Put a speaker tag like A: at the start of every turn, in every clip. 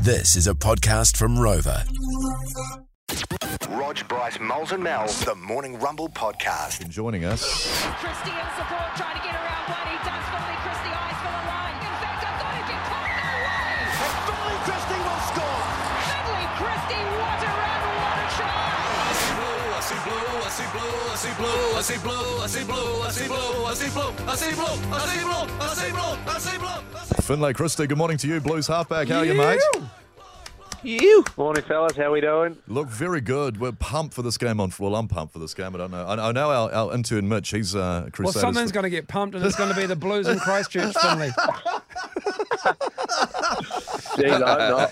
A: This is a podcast from Rover.
B: Rog, Bryce, Moles and Mel, the Morning Rumble Podcast.
C: joining us.
D: Christie in support, trying to get around one. He does Finley Christie, eyes for the line. In fact, I've got to get caught. No way!
E: Finley Christie will score.
D: Finley Christie, what a run, what a try!
F: I see blue, I see blue, I see blue, I see blue, I see blue, I see blue, I see blue, I see blue, I see blue, I see blue, I see blue, I see blue.
C: Finlay Christie, good morning to you, Blues halfback. How are you, mate?
G: Morning, fellas. How we doing?
C: Look very good. We're pumped for this game on. Well, I'm pumped for this game. I don't know. I, I know our, our intern Mitch. He's uh,
H: Well,
C: Crusaders.
H: something's going to get pumped, and it's going to be the Blues and Christchurch, Finley.
G: Gee, no, no.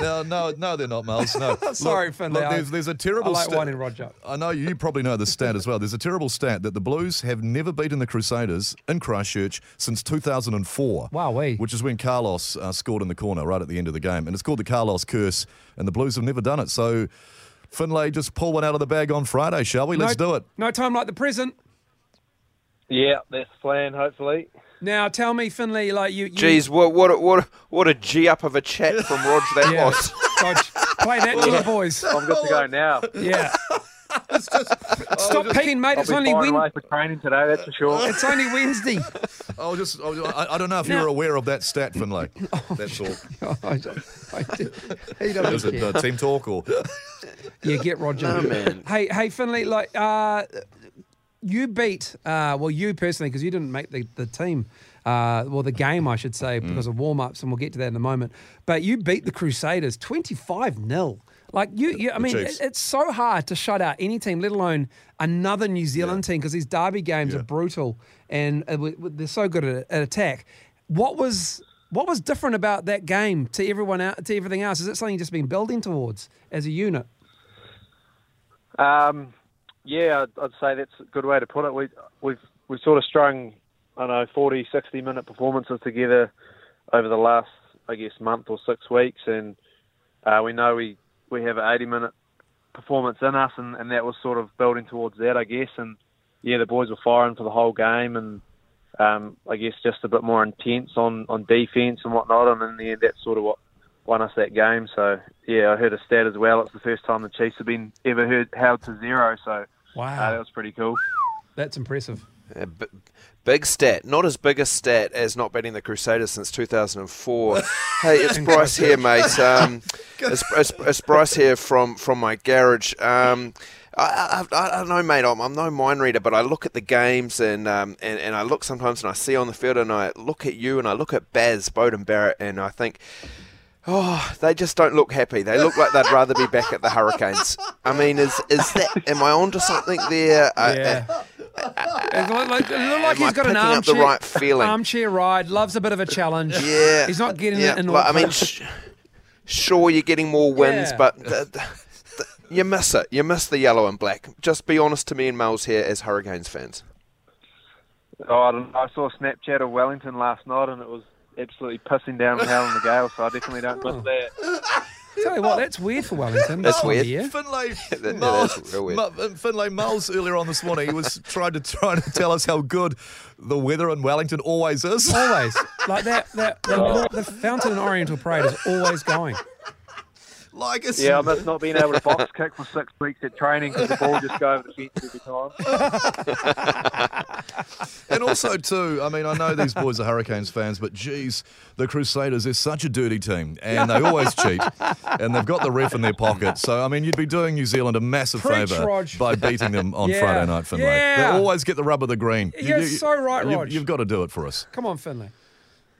C: no, no, no, they're not, Miles. No.
H: Sorry,
C: Look,
H: Finlay,
C: Look,
H: I-
C: there's, there's a
H: I
C: terrible.
H: like
C: sta-
H: whining Roger. up.
C: I know you probably know the stat as well. There's a terrible stat that the Blues have never beaten the Crusaders in Christchurch since 2004.
H: Wowee.
C: Which is when Carlos uh, scored in the corner right at the end of the game. And it's called the Carlos curse, and the Blues have never done it. So, Finlay, just pull one out of the bag on Friday, shall we? Let's do it.
H: No time like the present.
G: Yeah, that's the plan, hopefully.
H: Now, tell me, Finley, like you. you
I: Jeez, what what a- what a- what a g up of a chat from Rog that
H: yeah.
I: was.
H: Dodge. Play that to the boys.
G: I'm good to go now.
H: Yeah. Stop peeking, mate.
G: I'll
H: It's
G: be
H: only,
G: firing
H: Wed-
G: away for training today, that's for sure.
H: it's only Wednesday.
C: I'll just, I'll, I, I don't know if you're
H: Now-
C: aware of that stat, Finlay.
I: Oh,
C: That's all.
H: Oh, I don't- I do- he
C: Is
H: doesn't
C: it
H: care.
C: uh, team talk or?
H: You get Roger. Hey, hey, Finley, like uh, you beat uh, well, you personally because you didn't make the the team. Uh, well, the game, I should say, because of warm ups, and we'll get to that in a moment. But you beat the Crusaders 25 0. Like, you, you I mean,
C: Chiefs.
H: it, it's so hard to shut out any team, let alone another New Zealand team, because these derby games
C: Yeah.
H: are brutal and uh, w- w- they're so good at, at attack. What was. What was different about that game to everyone out to everything else? Is it something you've just been building towards as a unit?
G: Um, yeah, I'd, I'd say that's a good way to put it. We, we've we've sort of strung, I don't know, 40, 60 minute performances together over the last, I guess, month or six weeks, and uh, we know we, we have an 80 minute performance in us, and, and that was sort of building towards that, I guess. And yeah, the boys were firing for the whole game, and um, I guess just a bit more intense on, on defense and whatnot, and in the end, that's sort of what won us that game. So yeah, I heard a stat as well. It's the first time the Chiefs have been ever heard held to zero. So uh, that was pretty cool.
H: That's impressive.
I: A b- big stat, not as big a stat as not beating the Crusaders since 2004. hey, it's Bryce here, mate. Um, it's, it's, it's Bryce here from from my garage. Um, I, I, I don't know, mate. I'm, I'm no mind reader, but I look at the games and, um, and and I look sometimes and I see on the field and I look at you and I look at Baz Bowden Barrett and I think. Oh, they just don't look happy. They look like they'd rather be back at the Hurricanes. I mean, is is that? Am I onto something there? Uh,
H: Yeah. It looked like, it looked like
I: Am
H: he's
I: I
H: got an
I: picking up the
H: armchair,
I: right feeling?
H: armchair ride. Loves a bit of a challenge.
I: Yeah,
H: he's not getting
I: yeah,
H: it. In
I: like, I
H: all
I: mean, sh- sure, you're getting more wins,
H: Yeah.
I: but th- th- th- you miss it. You miss the yellow and black. Just be honest to me and Miles here as Hurricanes fans.
G: Oh, I, don't know. I saw a Snapchat of Wellington last night, and it was absolutely pissing down and howling the gale. So I definitely don't miss that.
H: tell you what, that's weird for Wellington.
I: That's
H: this time of
I: weird.
H: year.
C: Finlay,
I: that-
C: Miles,
I: that's real weird.
C: Mu- uh, Finlay Miles earlier on this morning, he was trying to trying to tell us how good the weather in Wellington always is.
I: Oh.
H: Always like that. That the, the fountain in Oriental Parade is always going.
C: Like it's
G: Yeah, I miss not being able to box kick for six weeks at training because the ball just go over the fence every time.
C: and also too. I mean, I know these boys are Hurricanes fans, but geez, the Crusaders they're such a dirty team, and they always cheat, and they've got the ref in their pocket. So I mean, you'd be doing New Zealand a massive
H: Preach,
C: favour
H: Rog.
C: by beating them on
H: Yeah.
C: Friday night, Finlay.
H: Yeah.
C: They always get the rub of the green.
H: You're so right,
C: you-
H: Rog.
C: You've got to do it for us.
H: Come on, Finley.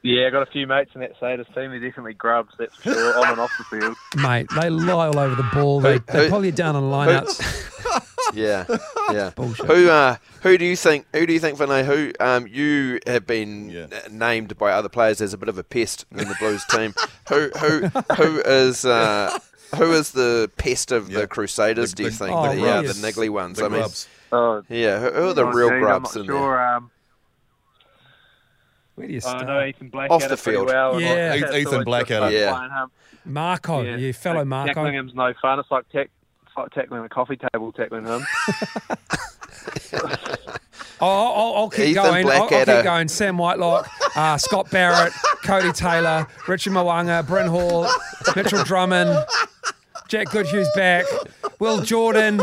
G: Yeah, I got a few mates in that Saders team. They're definitely grubs, that's for sure, on and off the field.
H: Mate, they lie all over the ball. They, they
I: who-
H: pull you down on lineups.
I: Yeah, yeah. who uh, who do you think? Who do you think, Vinay? Who um, you have been
C: Yeah.
I: uh, named by other players as a bit of a pest in the Blues team? who who who is? Uh, who is the pest of
C: Yeah.
I: the Crusaders?
C: The-
I: do you
C: the-
I: think
H: Oh,
I: they are the
H: grubs.
I: niggly ones?
C: The
I: I mean,
C: grubs.
G: Oh,
I: yeah. Who, who are the
G: oh,
I: real
G: geez,
I: grubs
G: I'm
I: in
G: not
I: there?
G: sure. Um,
H: Where do you
G: I
H: start?
G: know Ethan Black
I: Off
G: had
I: the
G: it pretty
I: field. E-,
G: Well and
H: Yeah.
G: it's
C: Ethan
G: always
C: Black had
G: just fun
I: it. Yeah.
G: playing him.
H: Marco, yeah, Oh, fellow
G: tack-
H: Marco.
G: Tackling him's no fun. It's like, tack, it's like tackling a coffee table, tackling him.
H: I'll, I'll, I'll keep
I: Ethan
H: going. I'll, I'll
I: Blackadder.
H: keep going. Sam Whitelock, uh, Scott Barrett, Cody Taylor, Richie Mwanga, Bryn Hall, Mitchell Drummond, Jack Goodhue's back, Will Jordan.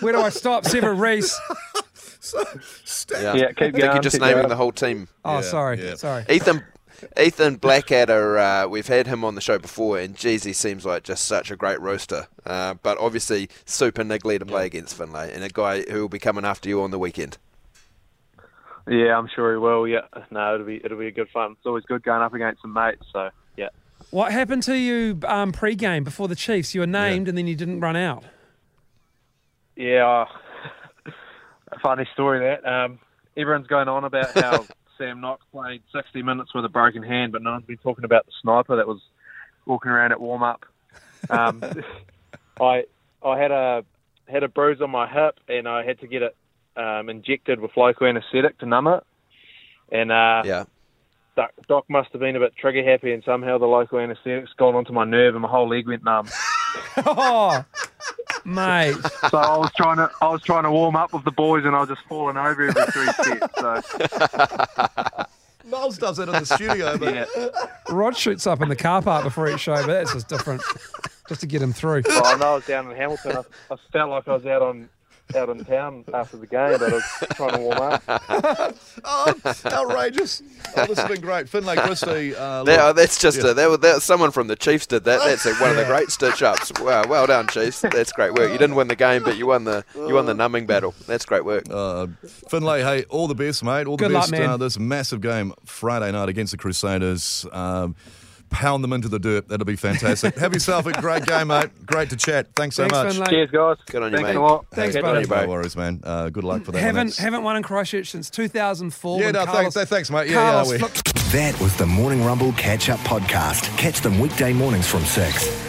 H: Where do I stop? Sever Reese.
G: Yeah, keep
I: I think
G: going,
I: you're just
G: keep
I: naming
G: going.
I: the whole team.
H: Oh, sorry,
C: yeah.
H: sorry.
I: Ethan Ethan Blackadder, uh, we've had him on the show before, and geez, he seems like just such a great roaster. Uh, but obviously, super niggly to play against Finlay, and a guy who will be coming after you on the weekend.
G: Yeah, I'm sure he will. Yeah, no, it'll be it'll be a good fun. It's always good going up against some mates. So yeah,
H: What happened to you um, pre-game before the Chiefs? You were named and then you didn't run out.
G: yeah. uh, a funny story that um, everyone's going on about how Sam Knox played 60 minutes with a broken hand, but no one's been talking about the sniper that was walking around at warm up. Um, I I had a had a bruise on my hip, and I had to get it um, injected with local anaesthetic to numb it. And uh,
I: Yeah.
G: Doc, Doc must have been a bit trigger happy, and somehow the local anaesthetic's gone onto my nerve, and my whole leg went numb.
H: Oh, mate.
G: so I was trying to I was trying to warm up with the boys, and I was just falling over every three steps. So
C: Miles does that in the studio, but
G: yeah,
H: Rod shoots up in the car park before each show, but that's just different. Just to get him through.
G: well, I know I was down in Hamilton. I, I felt like I was out on out in town after the game, but I was trying to warm up.
C: oh, outrageous. Oh, this has been great. Finlay Christie. Uh,
I: That, oh,
C: look,
I: that's just
C: Yeah.
I: a, that, was- that. Someone from the Chiefs did that. That's a, one of the great stitch ups. Wow, well done, Chiefs. That's great work. You didn't win the game, but you won the you won the numbing battle. That's great work.
C: uh, Finlay, hey, all the best, mate. All the
H: Good
C: best.
H: luck, man.
C: Uh, this massive game Friday night against the Crusaders. Um, pound them into the dirt. That'll be fantastic. Have yourself a great game, mate. Great to chat. Thanks so
H: Thanks,
C: much.
H: Finlay.
G: Cheers, guys.
I: Good on you,
G: Thanks
I: mate.
G: a lot.
H: Thanks,
G: Catch
H: buddy.
G: you
I: Good on
C: No
I: you, mate.
C: worries, man. Uh, good luck for that. one.
H: Haven't
C: That's-
H: haven't won in Christchurch since 2004.
C: Yeah,
H: when
C: no,
H: Carlos-
C: thanks, thanks, mate. Yeah, yeah,
H: Carlos
C: we-
H: flipped
B: That was the Morning Rumble Catch Up Podcast. Catch them weekday mornings from 6.